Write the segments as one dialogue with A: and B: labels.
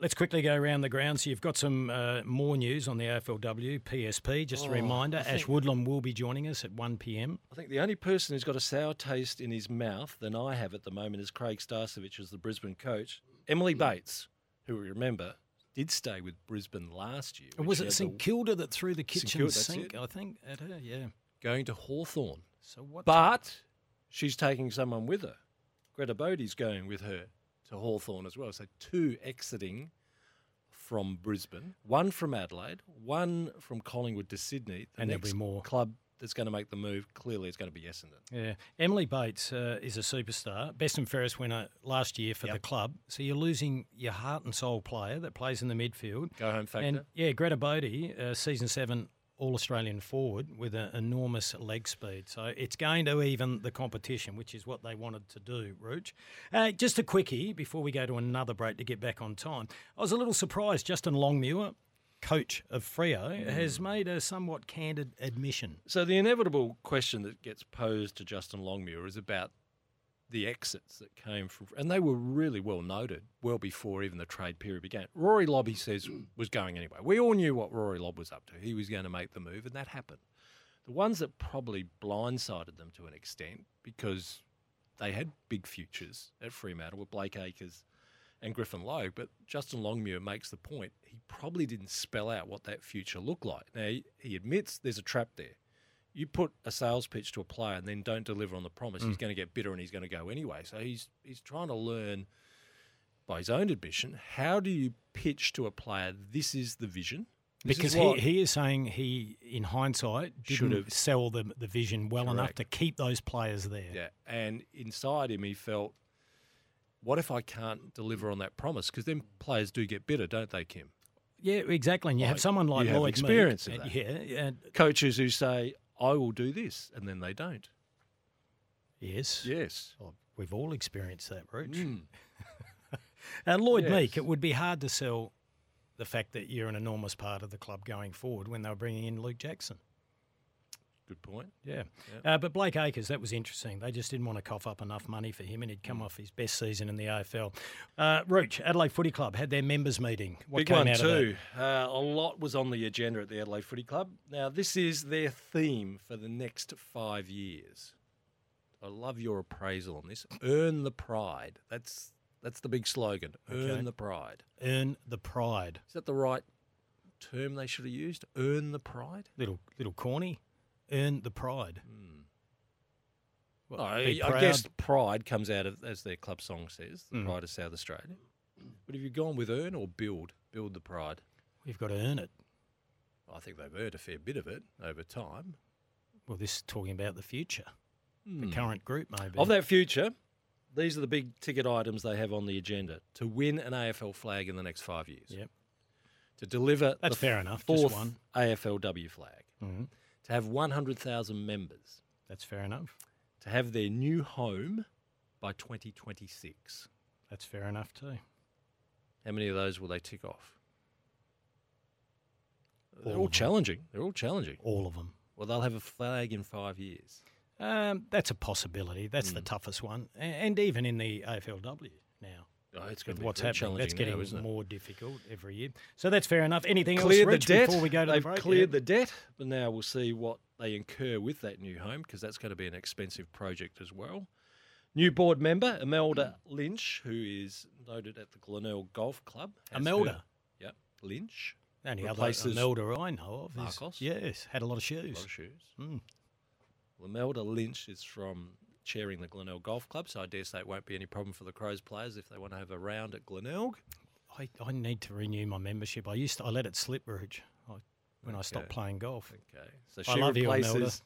A: Let's quickly go around the ground. So you've got some uh, more news on the AFLW PSP. Just a
B: Oh,
A: reminder,
B: I
A: Ash
B: think-
A: Woodlam will be joining us at 1 p.m.
B: I think the only person who's got a sour taste in his mouth than I have at the moment is Craig Starcevich as the Brisbane coach.
A: Hmm.
B: Emily Bates, who we remember did stay with Brisbane last year.
A: Was
B: which
A: it
B: had
A: St
B: the-
A: Kilda that threw the kitchen
B: Kilda, that's
A: sink?
B: it.
A: I think at her, yeah.
B: Going to Hawthorn.
A: So what?
B: But she's taking someone with her. Greta Bodie's going with her to Hawthorn as well. So two exiting from Brisbane, one from Adelaide, one from Collingwood to Sydney. The
A: And there'll
B: next
A: be more.
B: club that's going to make the move clearly is going to be Essendon.
A: yeah, Emily Bates uh, is a superstar, best and fairest winner last year for the
B: Yep.
A: club. So you're losing your heart and soul player that plays in the midfield.
B: Go home factor.
A: And yeah, Greta Bodie, uh, season seven All Australian forward with an enormous leg speed. So it's going to even the competition, which is what they wanted to do, Rooch. Uh, just a quickie before we go to another break to get back on time. I was a little surprised Justin Longmuir, coach of Frio,
B: Hmm.
A: has made a somewhat candid admission.
B: So the inevitable question that gets posed to Justin Longmuir is about the exits that came from, and they were really well noted well before even the trade period began. Rory Lobb, he says, was going anyway. We all knew what Rory Lobb was up to. He was going to make the move, and that happened. The ones that probably blindsided them to an extent because they had big futures at Fremantle were Blake Acres and Griffin Lowe, but Justin Longmuir makes the point he probably didn't spell out what that future looked like. Now, he- he admits there's a trap there you put a sales pitch to a player and then don't deliver on the promise,
A: Hmm.
B: he's going to get bitter and he's going to go anyway. So he's he's trying to learn by his own admission how do you pitch to a player this is the vision This is
A: Because he,
B: what-
A: he is saying he, in hindsight,
B: Should
A: didn't
B: have-
A: sell the, the vision well enough
B: Correct.
A: to keep those players there.
B: yeah and inside him he felt what if I can't deliver on that promise because then players do get bitter don't they Kim
A: Yeah, exactly. And you have
B: Like,
A: someone like
B: you have
A: Lloyd Meek,
B: experience of
A: and-
B: that.
A: Yeah, and
B: coaches who say I will do this and then they don't
A: yes,
B: yes
A: Oh, we've all experienced that, Rich.
B: Mm.
A: And Lloyd Meek,
B: Yes.
A: it would be hard to sell the fact that you're an enormous part of the club going forward when they were bringing in Luke Jackson.
B: good point
A: Yeah. Uh, but Blake Acres, that was interesting. They just didn't want to cough up enough money for him, and he'd
B: Mm.
A: come off his best season in the AFL. Uh, Rooch, Adelaide Footy Club had their members' meeting. What
B: Big
A: came
B: one
A: out of that?
B: too. Uh, a lot was on the agenda at the Adelaide Footy Club. Now this is their theme for the next five years. I love your appraisal on this. Earn the pride. That's that's the big slogan. Earn
A: Okay.
B: the pride.
A: Earn the pride.
B: Is that the right term they should have used? Earn the pride.
A: Little little corny. Earn the pride. What,
B: No, I,
A: be
B: Mm. Oh, I
A: proud?
B: guess pride comes out of as their club song says, the
A: Mm.
B: pride of South Australia. But have you gone with earn or build? Build the pride.
A: we've got to earn it.
B: I think they've earned a fair bit of it over time.
A: Well, this is talking about the future,
B: Hmm.
A: the current group, maybe.
B: Of that future, these are the big ticket items they have on the agenda to win an AFL flag in the next five years.
A: Yep.
B: To deliver
A: That's
B: the
A: fair enough, just
B: Fourth
A: one.
B: AFLW flag.
A: Mhm.
B: To have 100,000 members.
A: That's fair enough.
B: To have their new home by 2026.
A: That's fair enough too.
B: How many of those will they tick off? They're
A: All
B: all
A: of them.
B: challenging. They're all challenging.
A: All of them.
B: Well, they'll have a flag in five years.
A: Um, that's a possibility. That's
B: Hmm.
A: the toughest one, A- and even in the AFLW now.
B: Oh, it's going
A: With
B: to be
A: what's
B: very
A: happening,
B: challenging
A: that's getting
B: now, isn't it?
A: more difficult every year. So that's fair enough. Anything
B: Cleared
A: else, Rich,
B: the debt.
A: before we go to
B: They've
A: the break?
B: cleared the debt, but now we'll see what they incur with that new home because that's going to be an expensive project as well. New board member Imelda Lynch, who is noted at the Glenelg Golf Club. has
A: Imelda?
B: her- Yep, Lynch.
A: the only other
B: replaces
A: Imelda I know of. Is,
B: Marcos.
A: yes, had a lot of
B: A
A: shoes.
B: lot of shoes.
A: Mm.
B: Hmm. Well, Imelda Lynch is from chairing the Glenelg Golf Club, so I dare say it won't be any problem for the Crows players if they want to have a round at Glenelg.
A: I, I need to renew my membership. I used to, I let it slip, Rich, I, when I stopped
B: Okay.
A: playing golf.
B: Okay, so
A: I
B: she
A: love you, Imelda.
B: replaces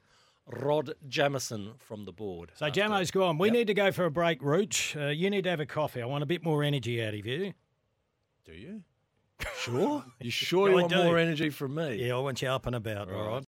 B: Rod Jamison from the board.
A: So
B: after-
A: Jamo's gone. We
B: Yep.
A: need to go for a break, Rooch. Uh, you need to have a coffee. I want a bit more energy out of you.
B: Do you? sure? You sure
A: Yeah,
B: you
A: I
B: want
A: do.
B: more energy from me?
A: Yeah, I want you up and about, all right?